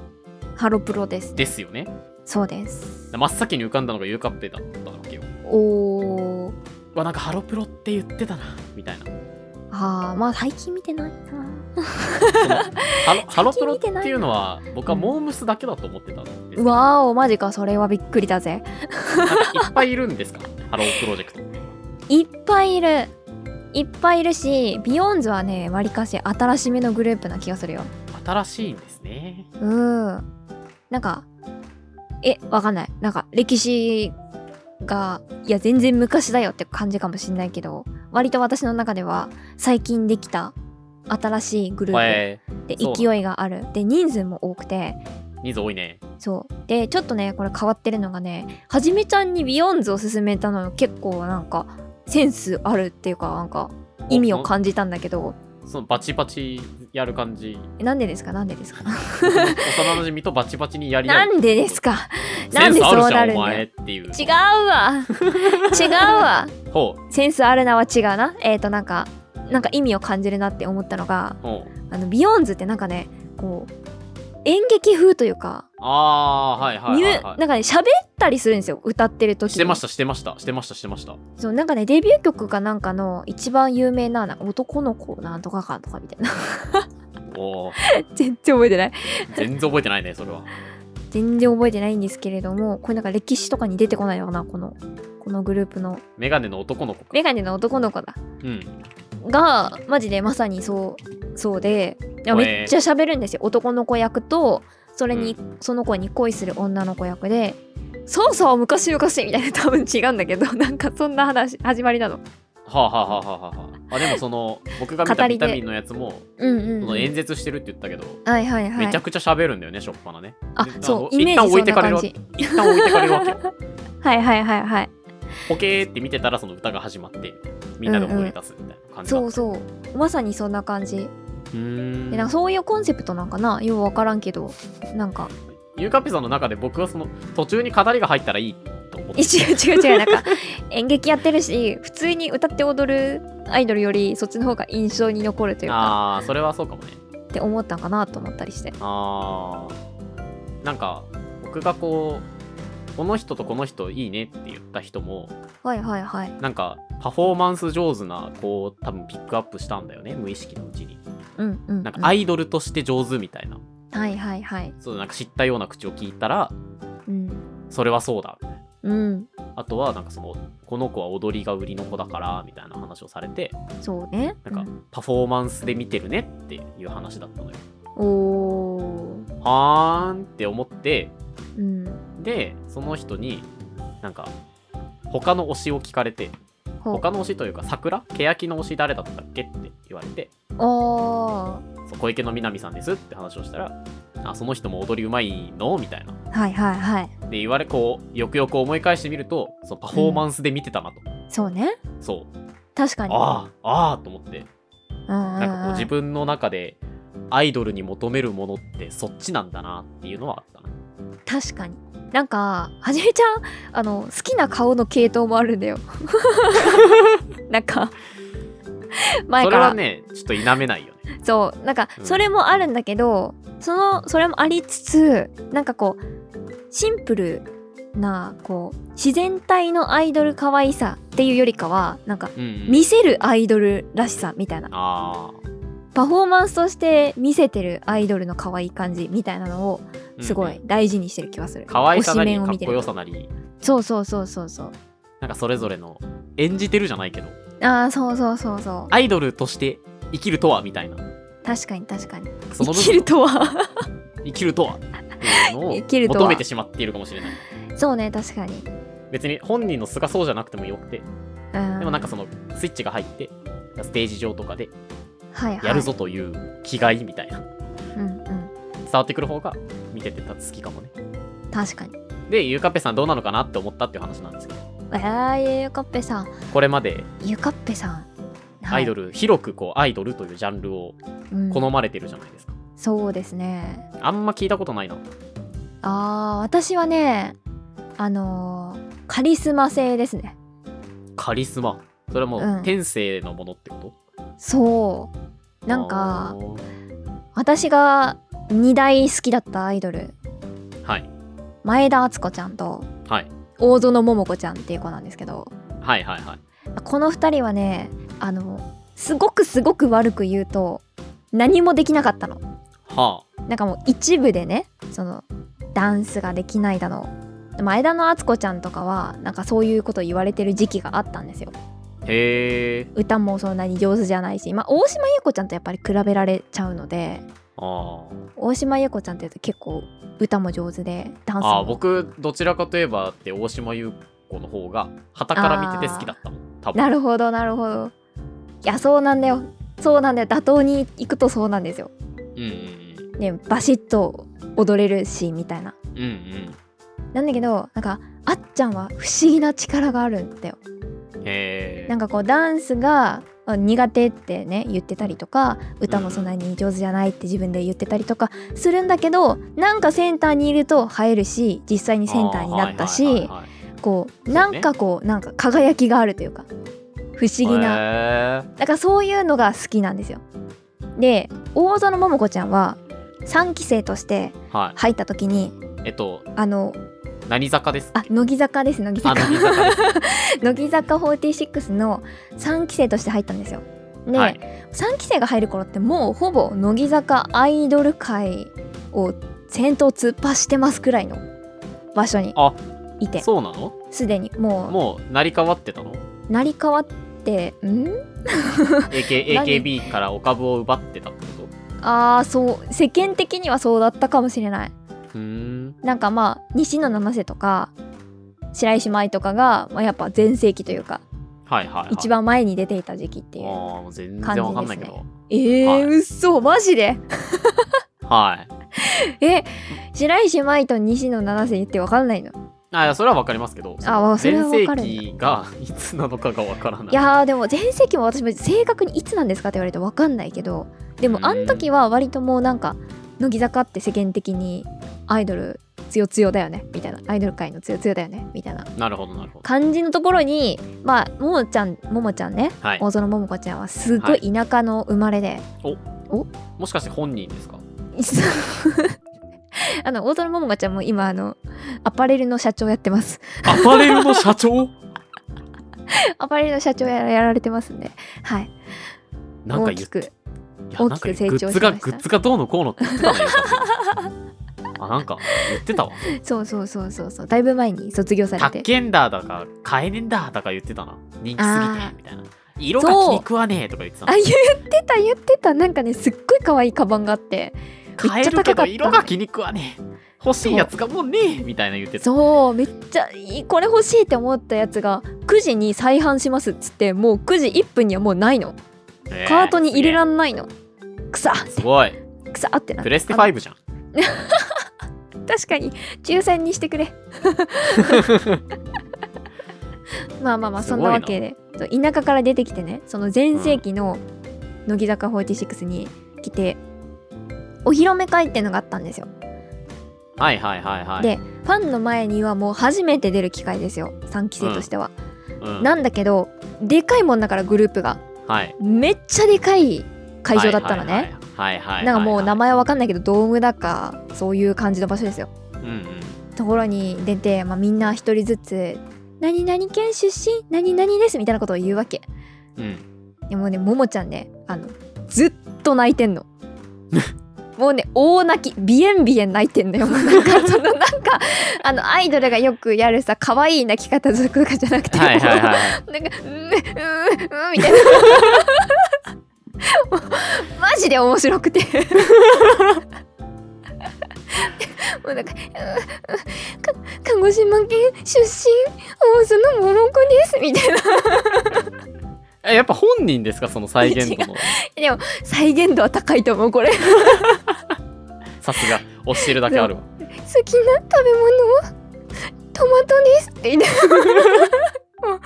ハロプロです
ですよね
そうです
真っ先に浮かんだのがユーカッペだったわけよ
おー
うわなんかハロプロって言ってたなみたいな
あーまあ最近見てないな
そのハ ロハロプロっ
見
て
てないな
いうのは僕はモームスだけだと思ってたんですけど
うわーおマジかそれはびっくりだぜ
なんかいっぱいいるんですかハロープロジェクト
いっぱいいるいっぱいいるしビヨーンズはねわりかし新しめのグループな気がするよ
新しいんですね
うんなんかえわかんないなんか歴史がいや全然昔だよって感じかもしんないけど割と私の中では最近できた新しいグルー
えー
プで
そうなの
勢いがあるで人数も多くて
人数多いね
そうでちょっとねこれ変わってるのがねはじめちゃんにビヨーンズを勧めたのよ結構なんかセンスあるっていうかなんか意味を感じたんだけど
そのバチバチやる感じ
えなんでですかなんでですか
幼馴染とバチバチにやり合
な
うん
でですか
センスある
なんでそう
じ
な
ゃん
るんだ
お
よ
前っていう
違うわ違うわ
ほ
センスあるなは違うなえっ、となんかなんか意味を感じるなって思ったのが
うほう
あのビヨーンズってなんかねこう演劇風というか、
ああはいはいはい、
ニュー
は
なんかね喋ったりするんですよ歌ってる
い、
時
してま
し
したしてましたしてましたしてました
そうなんかねデビュー曲かなんかの一番有名ななんか男の子なんとかかんとかみたいな
おー
全然覚えてない
全然覚えてないねそれは
全然覚えてないんですけれどもこれなんか歴史とかに出てこないのかなこのこのグループの
メガネの男の子か
メガネの男の子だ
うん
がマジでまさにそうそうでいや
ほえ
めっちゃ喋るんですよ男の子役とそれに、その子に恋する女の子役でそうそう昔々みたいな多分違うんだけど なんかそんな話始まりなの
はあはあはあはあはああでもその僕が見た
語り
ビ
で
タミンのやつも
うん
そ
うん、う
の
ん、
演説してるって言ったけど、
はいはいはい
めちゃくちゃ喋るんだよねしょっぱなね
あ
で
そう
あの
イメージそんな感じ
一旦置いてかれるわけよ
はいはいはいはい
ポケーって見てたらその歌が始まってみんなで踊り出すみたいな感じだ
そ
っ
う
た
そうまさにそんな感じ
うーん
でなんかそういうコンセプトなんかなよう分からんけどなんか
ゆうかっぺさんの中で僕はその途中に語りが入ったらいいと思って
え違う違う違うなんか演劇やってるし普通に歌って踊るアイドルよりそっちの方が印象に残るというか
ああそれはそうかもね
って思ったんかなと思ったりして
あーなんか僕がこうこの人とこの人いいねって言った人も
はいはいはい
なんかパフォーマンス上手な子を多分ピックアップしたんだよね無意識のうちに
うんうん,、うん、
なんかアイドルとして上手みたいな
はいはいはい
そうなんか知ったような口を聞いたら
うん
それはそうだみたい
うん
なあとはなんかそのこの子は踊りが売りの子だからみたいな話をされて
そうね
なんかパフォーマンスで見てるねっていう話だったのよ
うん、おー
はーんって思って
うん
でその人になんか他の推しを聞かれて
ほう
他の推しというか桜欅の推し誰だったっけって言われて
あ
そう小池の南さんですって話をしたらあその人も踊りうまいのみたいな
ーはいはいはい
で言われこうよくよく思い返してみるとそのパフォーマンスで見てたなと、
そうね
そう
確かに
ああああと思って
うんうんうん
なんかこう自分の中でアイドルに求めるものってそっちなんだなっていうのはあったな
確かになんかはじめちゃんあの好きな顔の系統もあるんだよ なんか前
そ
か
れ
ら
はねちょっと否めないよね
そうなんか
うん
それもあるんだけど、そのそれもありつつなんかこうシンプルなこう自然体のアイドル可愛さっていうよりかはなんか
うん、うん、
見せるアイドルらしさみたいな
ああ
パフォーマンスとして見せてるアイドルの可愛い感じみたいなのをすごい大事にしてる気がする、
可愛さな
推
り
し面を
かっ
見て
こ
る
よさなり
そうそうそうそうそう
なんかそれぞれの演じてるじゃないけど
ああそうそうそうそう
アイドルとして生きるとはみたいな
確かに確かに
その部
生
分
きるとは
生きるとは っていうの
生きる
を
とは
求めてしまっているかもしれない
そうね確かに
別に本人の素がそうじゃなくてもよくて
うん
でもなんかそのスイッチが入ってステージ上とかで
はいはい
やるぞという気概みたいな
うんうん
伝わってくる方が見ててた好きかもね
確かに
でゆうかっぺさんどうなのかなって思ったっていう話なんですけど
あーゆかっぺさん
これまで
ゆかっぺさん
アイド
ル、
ル、広くこうアイドルというジャンルを
うん
好まれてるじゃないですか、
そうですね
あんま聞いたことないな
あー私はねあのーカリスマ性ですね
カリスマそれはもう、
うん
天性のものってこ
そう
と
なんか
あー
私が2大好きだったアイドル
はい
前田敦子ちゃんと
はい
大園桃子ちゃんっていう子なんですけど
はいはいはい
この2人はねあのすごくすごく悪く言うと何もできなかったの
は
なんかもう一部でねそのダンスができないだの前田の敦子ちゃんとかはなんかそういうこと言われてる時期があったんですよ
あへえ
歌もそんなに上手じゃないし、まあ、大島優子ちゃんとやっぱり比べられちゃうので
あ
大島優子ちゃんっていうと結構歌も上手でダン
あ
ス
あー
も
僕どちらかといえばって大島優子の方が旗から見てて好きだったもん多分
なるほどなるほどいやそうなんだよそうなんだよ妥当に行くとそうなんですよ
うんうん
ねバシッと踊れるしみたいな
うんうん
なんだけどなんかあっちゃんは不思議な力があるんだよ
うんへえ
なんかこうダンスがあ苦手ってね言ってたりとか歌もそんなに上手じゃないって自分で言ってたりとかするんだけどなんかセンターにいると映えるし実際にセンターになった
あーはいはい
し
はいはい
こう
ね
なんかこうなんか輝きがあるというか不思議な
へ
だからそういうのが好きなんですよ。で大園桃子ちゃんは3期生として
ーはい
入った時に
えっと
あの
何坂です
あ乃木坂です乃木
あ
坂
乃木坂です
乃木坂46の3期生として入ったんですよ。で、
はい
3期生が入る頃ってもうほぼ乃木坂アイドル界を先頭突破してますくらいの場所に
あ
いて
そうなの
すでにも
もう成り変わってたの
う成り変わってん
AK AKB からお株を奪ってたってこ
あーそう世間的にはそうだったかもしれない。
とふーん
なんかまあ西野七瀬とか白石麻衣とかが、まあ、やっぱ全盛期というか
はいはい、はい、
一番前に出ていた時期って
あ
い
ー
う
もう全然わかんないけど、
ええ
はい
ー、うっそマジで
はい
え白石麻衣と西野七瀬ってわかんないの
あそれは分かりますけど
あわそれ
全
は分
盛
かる
期がいつなのかが分からない
いやーでも全盛期も私も正確にいつなんですかって言われると分かんないけどでも
うん
あの時は割ともうなんか乃木坂って世間的にアイドル強強だよねみたいなアイドル界の強強だよねみたいな
なるほどなるほど
感じのところにまあももちゃんももちゃんね
はい
大園ももこちゃんはすごい田舎の生まれで、
もしかして本人ですか
あの大園ももこちゃんも今あのアパレルの社長やってます
アパレルの社長
アパレルの社長ややられてますんではい
なんか
大
言
き
って
く
いやなんか
大きく成長しま
グッズ
した
がグッズがどうのこうのって言ってたねあなんか言ってた わ
そうそうそうそうそうだいぶ前に卒業さ
タ
れ
ッ
て
ケンダーだか買えねんだだか言ってたな人気すぎ
あ
て
ー
みたいな色が気に食わねえとか言ってた
あ
な
言ってた言ってたなんかねすっごい可愛いカバンがあって
買え
めっちゃ高か
る
っ
け
た
ど色が気に食わねえ欲しいやつがもうねえみたいな言ってた
そうめっちゃいいこれ欲しいって思ったやつが9時に再販しますっつってもう9時1分にはもうないのカートに入れら
ん
んないのくさ
すごい
くさってな
プレステ5じゃん
あの確かに抽選にしてく れまあまあまあ
す
そ
ごい
ん
な
なわけでそう田舎から出てきてねその全盛期の乃木坂46に来てお披露目会っていうのがあったんですよ
はいはいはいはい
でファンの前にはもう初めて出る機会ですよ3期生としては、
うん
なんだけどでかいもんだからグループが
はい
めっちゃでかい会場だったのね、
はいはいはいはいはいはい
なんかもう名前わかんないけどドームだかそういう感じの場所ですよ
うんうん
ところに出て、まあ、みんな一人ずつ「何々県出身何々です」みたいなことを言うわけ
うん
でもねももちゃんねあのずっと泣いてん のもうね大泣きビエンビエン泣いてんのよもうなんかそのなんかあのアイドルがよくやるさ可愛い泣き方とかじゃなくて、
はいはい
も
はいう
なんか「うんうんうん」みたいな もうマジで面白くてもうなんかうんか鹿児島県出身大園桃子ですみたいな
えやっぱ本人ですかその再現 度の
でも再現度は高いと思うこれ
さすが押してるだけあるわ
好きな食べ物はトマトですって言ってもう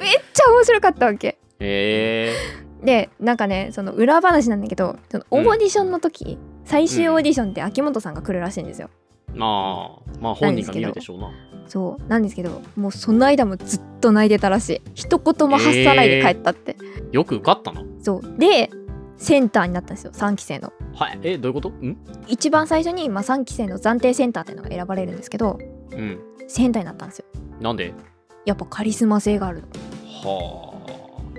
めっちゃ面白かったわけ
へ
でなんかねその裏話なんだけどそのオーディションの時、最終オーディションって秋元さんが来るらしいんですよ、
えまあまあ本人が見るでしょうな
そうなんですけどもうその間もずっと泣いてたらしい一言も発さないで帰ったって、
よく受かったな
そうでセンターになったんですよ3期生の
はいえどういうことん
一番最初に、まあ、3期生の暫定センターっていうのが選ばれるんですけど
うん
センターになったんですよ
なんで
やっぱカリスマ性がある
は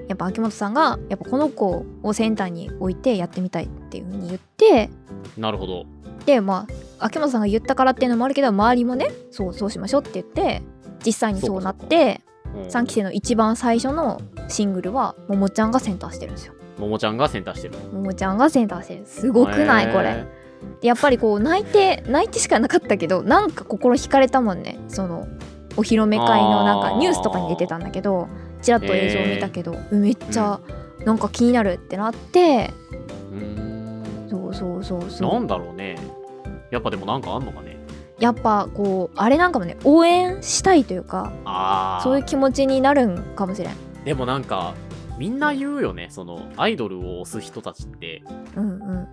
やっぱ秋元さんがやっぱこの子をセンターに置いてやってみたいっていう風に言って
あなるほど
でまあ秋元さんが言ったからっていうのもあるけど周りもねそうそうしましょうって言って実際にそうなって
うん
3期生の一番最初のシングルはももちゃんがセンターしてるんですよ
ももちゃんがセンターしてる
ももちゃんがセンターしてるすごくな
へ
い
え
これでやっぱりこう泣いて泣いてしかなかったけどなんか心惹かれたもんねそのお披露目会のなん
あ
か
ー
ニュースとかに出てたんだけどちらっと映像を見たけど、めっちゃなんか気になるってなって、
うーん
そうそうそうそ
なん
う
だろうねやっぱでもなんかあんのかね
やっぱこうあれなんかもね応援したいというか
あ
そういう
あ
気持ちになるんかもしれん、
でもなんかみんな言うよねそのアイドルを推す人たちって
うん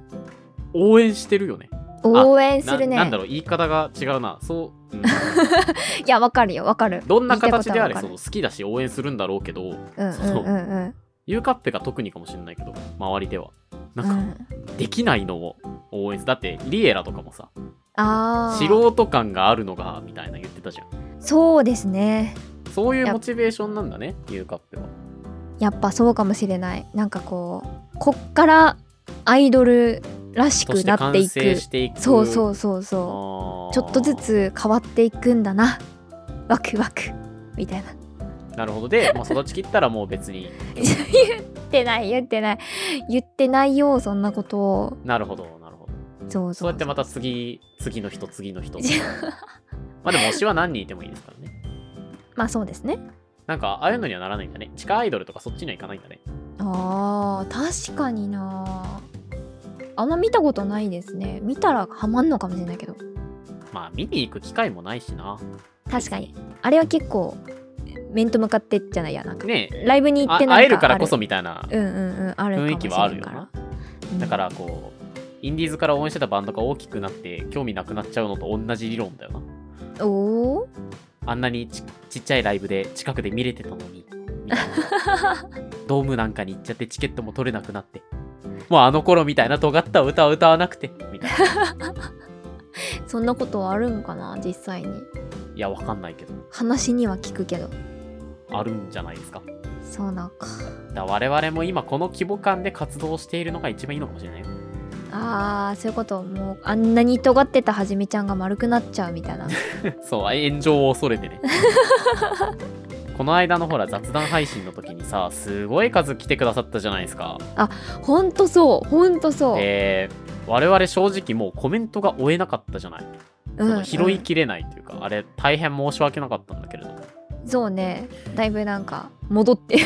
応援してるよね
うん、
あ
応援す
な
るね
なんだろう言い方が違うなそう、うん
いやわかるよわかる
どんな形であれ
言い
そ
たい
の
こ
好きだし応援するんだろうけど
とはわかるうんうんうんうん
ゆうかっぺが特にかもしれないけど周りではなん
う
か、
ん
できないのを応援するだってリエラとかもさ
ああ
素人感があるのがみたいな言ってたじゃん
そうですね
そういうモチベーションなんだねゆうかっぺは
やっぱそうかもしれないなんかこうこっからアイドルらし
そ
く
して
なって
完
い
成
く
していく
そうそううそうそ
そう
ちょっとずつ変わっていくんだなワクワクみたいな
なるほどで、まあ、育ちきったらもう別に
言ってない言ってない言ってないよそんなことを
なるほどなるほど
そう
そ
そうう
やってまた次次の人次の人まあでも推しは何人いてもいいですからね
まあそうですね
なんかああいうのにはならないんだね地下アイドルとかそっちには行かないんだね
あー確かになあんま見たことないですね見たらハマんのかもしれないけど
まあ見に行く機会もないしな
確かにあれは結構面と向かってじゃないやなんか
ねえ
ライブに行
あ
ってなんか
会えるからこそ
あ
みたいな
るうんうんうんあるかもしれん
雰囲気はあるよな
から
だからこうインディーズから応援してたバンドが大きくなって興味なくなっちゃうのと同じ理論だよな
うんおお
あんなにちちっちゃいライブで近くで見れてたのにみたい なドームなんかに行っちゃってチケットも取れなくなってもうあの頃みたいな尖った歌を歌わなくてみたいな
そんなことはあるんかな実際に
いやわかんないけど
話には聞くけど
あるんじゃないですか
そうなんか
だ我々も今この規模感で活動しているのが一番いいのかもしれないよ
あーそういうこともうあんなに尖ってたはじめちゃんが丸くなっちゃうみた いな
そう炎上を恐れてね この間のほら雑談配信の時にさすごい数来てくださったじゃないですか
ほんとそうほんとそう、
で我々正直もうコメントが追えなかったじゃない、
うん
そ
うん
の拾いきれないというかあれ大変申し訳なかったんだけれ ども
そうねだいぶなんか戻って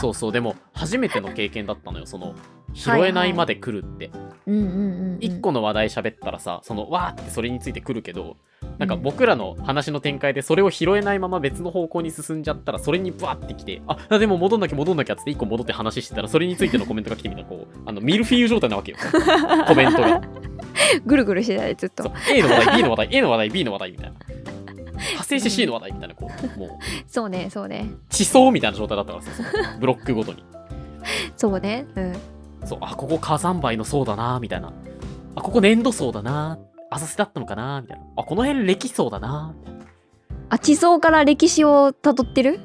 そうそうでも初めての経験だったのよその拾えないまで来るって、
うんうんうん、うん、
一1個の話題喋ったらさそのわーってそれについて来るけどなんか僕らの話の展開でそれを拾えないまま別の方向に進んじゃったらそれにバーってきてああでも戻んなきゃ戻んなきゃっつって1個戻って話してたらそれについてのコメントが来てみたらこうあのミルフィーユ状態なわけよコメントが
ぐるぐるしてたでずっと
そう A の話題 B の話題 A の話題 B の話題みたいな派生して C の話題みたいなこうもう
そうねそうね
地層みたいな状態だったからさそのブロックごとに
そうねうん
そうあここ火山灰の層だなみたいなあここ粘土層だな浅瀬だったのかなみたいなあこの辺歴層だなみたいな
あ地層から歴史をたどってる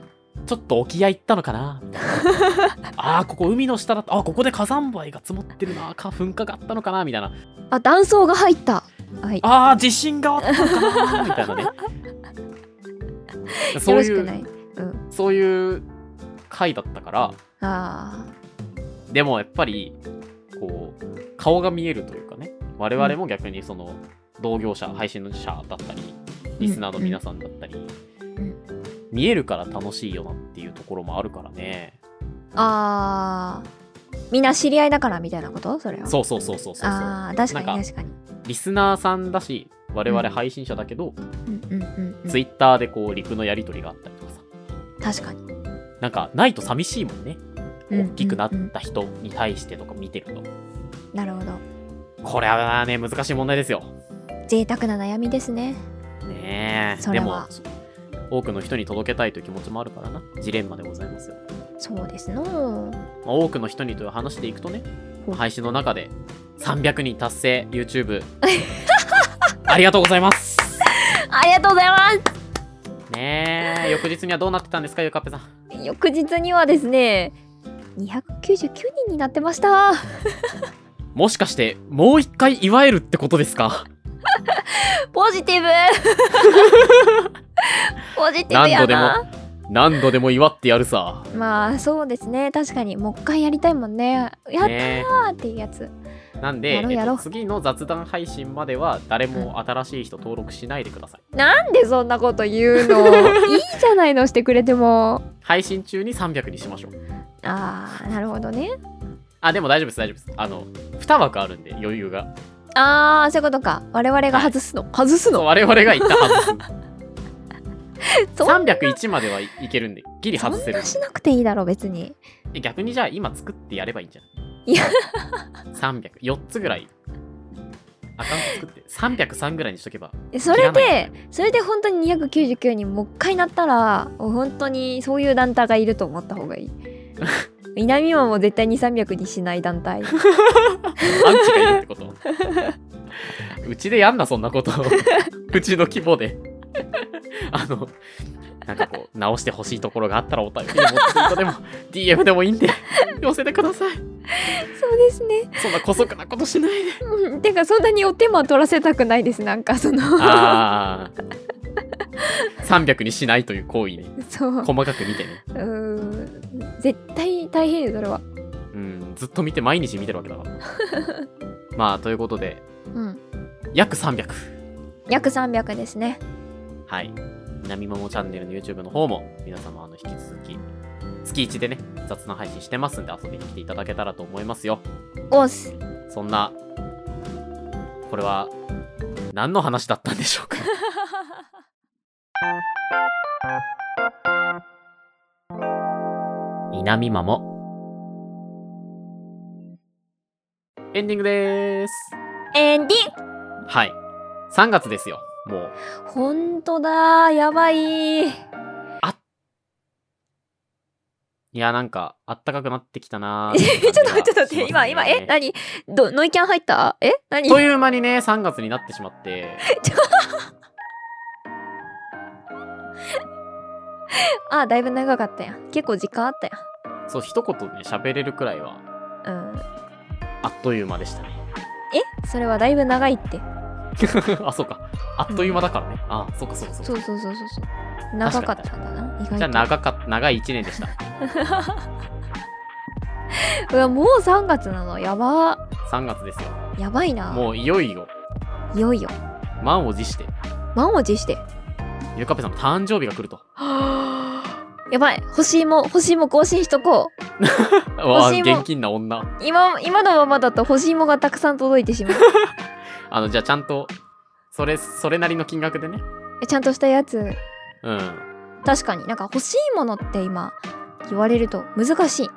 ちょっと沖合行ったのかなみ たいなあーここ海の下だったあここで火山灰が積もってるなか噴火があったのかなみたいな
あ断層が入ったはい
あー地震があったのかなみたい なね
よ
そう
ろ
い
しくな
う
いうん
そういう回だったから
あ
でもやっぱりこう顔が見えるというかね我々も逆にその同業者配信者だったりリスナーの皆さんだったり、
ん
見えるから楽しいよなっていうところもあるからね
ーあーみんな知り合いだからみたいなことそれはう
そうそうそうそうそうそう
あー確か
なん
に
か
確かに
リスナーさんだし我々配信者だけど、
うんうんうんうん
ツイッターでこうリプのやり取りがあったりとかさ
確かに
なんかないと寂しいもんね
うんうんう
大
ん
きくなった人に対してとか見てると、
なるほど
これはね難しい問題ですよ
贅沢な悩みですね
ねえ
そ
で
れ
も
は
多くの人に届けたいという気持ちもあるからなジレンマでございますよ、
そうですの
まあ多くの人にという話でいくとね
ほう
配信の中で300人達成 YouTube ありがとうございます
ありがとうございます
ねえ翌日にはどうなってたんですかゆかっぺさん
翌日にはですね299人になって ました
もしかしてもう一回祝えるってことですか
ポ ジティブポジティブ
何
や
度でも
な
何度でも祝ってやるさ
まあそうですね確かにもう一回やりたいもんねやった
ね
ーっていうやつ、
えなんで
やろうやろう
えっと次の雑談配信までは誰も新しい人登録しないでください
なんでそんなこと言うの いいじゃないのしてくれても
配信中に300にしましょう
あーなるほどね
あ、でも大丈夫です、大丈夫です。あの、2枠あるんで、余裕が。
あーそういうことか我々が外すの、外す
そう
の
我々が一旦外す。
そんな
301まではいいけるんで、ギリ
そ
外
ん
せる
な。しなくていいだろ別に
え逆にじゃあ、今作ってやればいいんじゃない
いや
?300、4つぐらい。アカウント作って、303ぐらいにしとけば。
そ
切
れ
らない
でそれで本当に299人もう一回なったらもう本当にそういう団体がいると思った方が いい南山も絶対に300にしない団体
アンチがいるってことうちでやんな、そんなこと。うちの規模で。あの、なんかこう、直してほしいところがあったらお便りでも、ツイートでも、DM でもいいんで、寄せてください。
そうですね
そんな姑息なことしないで。
うんてかそんなにお手間取らせたくないですなんかその
ああ。300にしないという行為ね。
そうう
細かく見てね。
ーん絶対大変よそれは
うん、ずっと見て毎日見てるわけだから。まあ、ということで、
うん
約300。
約300ですね
はい。なみももチャンネルの YouTube の方も、皆様、あの、引き続き、月1でね、雑な配信してますんで、遊びに来ていただけたらと思いますよ。
お っす
そんな、 これは、何の話だったんでしょうか。南マモエンディングでーす
エンディング
はい3月ですよもう
ほんとだーやばいー
いやなんかあったかくなってきたな
ちょっと待ってちょっと待って今今え
な
何どノイキャン入ったえ何
という間にね3月になってしまって
あだいぶ長かったやん結構時間あった
そう一言ね喋れるくらいは
やんうん
あっという間で したね
えそれはだいぶ長いって
あそうかあっという間だからねあそうかそうかそうか
そうそうそうそうそう長かったんだな意外と
じゃあ長かっ長い1年でした
うわもう3月なのやば
3月ですよ
やばいな
もういよいよ
いよいよ
満を持して
満を持して
ゆかぺさんの誕生日が来ると
やばい星も星も更新しとこう
わあ
しいもん
現金な女
今今のままだと干し芋がたくさん届いてし まう
あのじゃあちゃんとそれそれなりの金額でね
えちゃんとしたやつ
うん
確かになんか欲しいものって今言われると難しい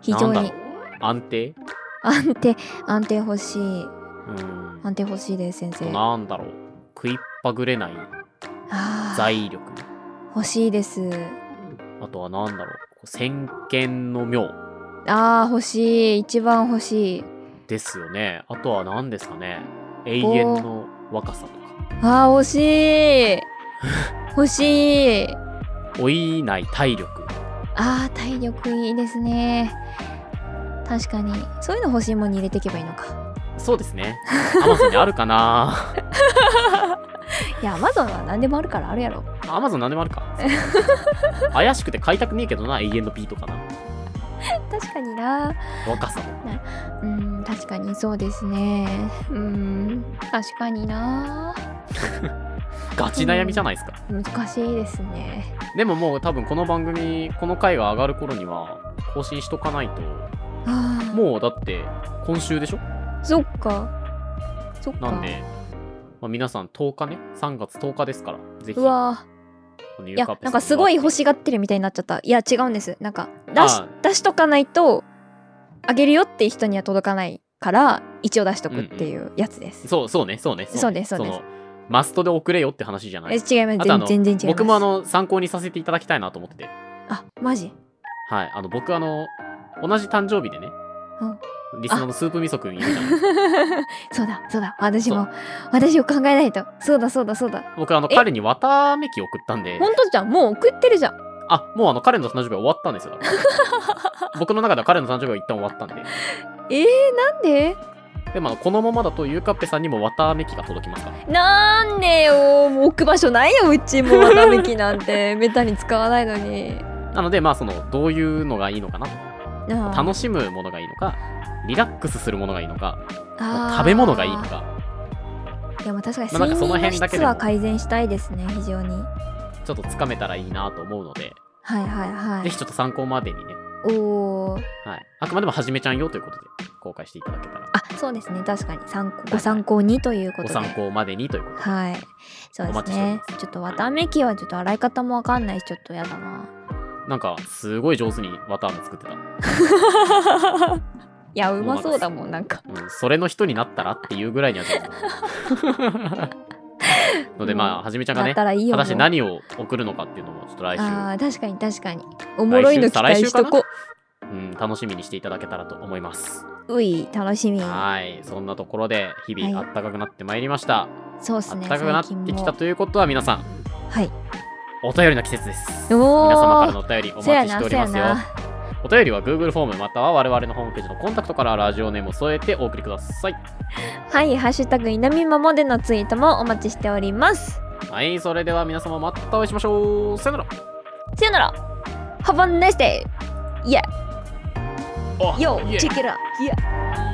非常
なん
に
だろう安定
安定安定欲しい
うん
安定欲しいです先生あ
なんだろう食いっぱぐれない
あー
財力
欲しいです
あとはなんだろうこう先見の妙
あー欲しい一番欲しい
ですよねあとは何ですかね永遠の若さとか
あー欲しい欲しい
老いない体力
あー体力いいですね確かにそういうの欲しいもんに入れていけばいいのか
そうですねアマゾンにあるか ない
や Amazon は何でもあるからあるやろ
アマゾン何でもあるか怪しくて買いたくねえけどな永遠のビートかな
確かにな
若さも
うん確かにそうですねうん確かにな
ガチ悩みじゃないですか
難しいですね
でももう多分この番組この回が上がる頃には更新しとかないと
あー
もうだって今週でしょ
そっかそっか
なんで、まあ、皆さん10日ね3月10日ですからぜひ
うわ
この
ー
ゆ
いや
かぺさ
なんかすごい
に
欲しがってるみたいになっちゃったいや違うんですなんか出し
あ
出しとかないとあげるよって人には届かないから一応出しとくっていうやつです、
そうそうねそうね
そうですそうです
のマストで送れよって話じゃな
え
い
違いま
あとあの
す全然違います
僕もあの参考にさせていただきたいなと思ってて
あマジ
はいあの僕あの同じ誕生日でね、リスナーのスープみそくんいるじゃん
そうだそうだ私も私を考えないとそうだそうだそうだ
僕あの
え
彼に綿あめき送ったんで
本当じゃんもう送ってるじゃん
あもうあの彼の誕生日は終わったんですよ僕の中では彼の誕生日は一旦終わったんで
えー、なんで
でもあのこのままだとゆうかっぺさんにも綿あめきが届きますから
なんでよもう置く場所ないようちもわためきなんて めったに使わないのに
なのでまあそのどういうのがいいのかなと楽しむものがいいのかリラックスするものがいいのか食べ物がいいの
か
か
いやまあ確かに
まあなん
睡
かその
眠の
辺だけで
質
も
は改善したいですね非常には
ちょっとつかめたらいいなと思うので、
いはいは
ぜ
い
ひちょっと参考までにね、
おー
はい、あくまでも始めちゃんよということで公開していただけたら
あそうですね確かに参考
い
ご参考にというこ
ご
とで
参考までにということで
はいそう
お待ち
で
し
す
ており
ね
ま
ちょっとわためきはちょっと洗い方もわかんないしちょっとやだ な
なんかすごい上手に綿あめ作ってた、
いやうまそうだもんなんか
うん、それの人になったらっていうぐらいには上手 のでまあはじめちゃんが
だっ
ね
たらいい
果
よも
た
う
して何を送るのかっていうのもちょっと来週、
あー確かに確かにおもろいの期
来
待
週再来
し
週か
と
な
こ
うん、楽しみにしていただけたらと思います
ううい楽しみ
はいそんなところで日々
はい
あったかくなってまいりました、
そうっす
暖
ね
かくなっ
最近
てきた
も
ということは皆さん
はい
お便りの季節です皆
おー
様からのお便りお
せや
待ちし
な
ており
せ
ま
や
すよ
な
お便りは Google フォームまたは我々のホームページのコンタクトからラジオネームを添えてお送りください
はいハッシュタグいなみまもでのツイートもお待ちしております
はいそれでは皆様またお会いしましょうさよなら
さよなら Have a nice day! Yeah!
あ
Yo!
イエーイ
Check it out! Yeah!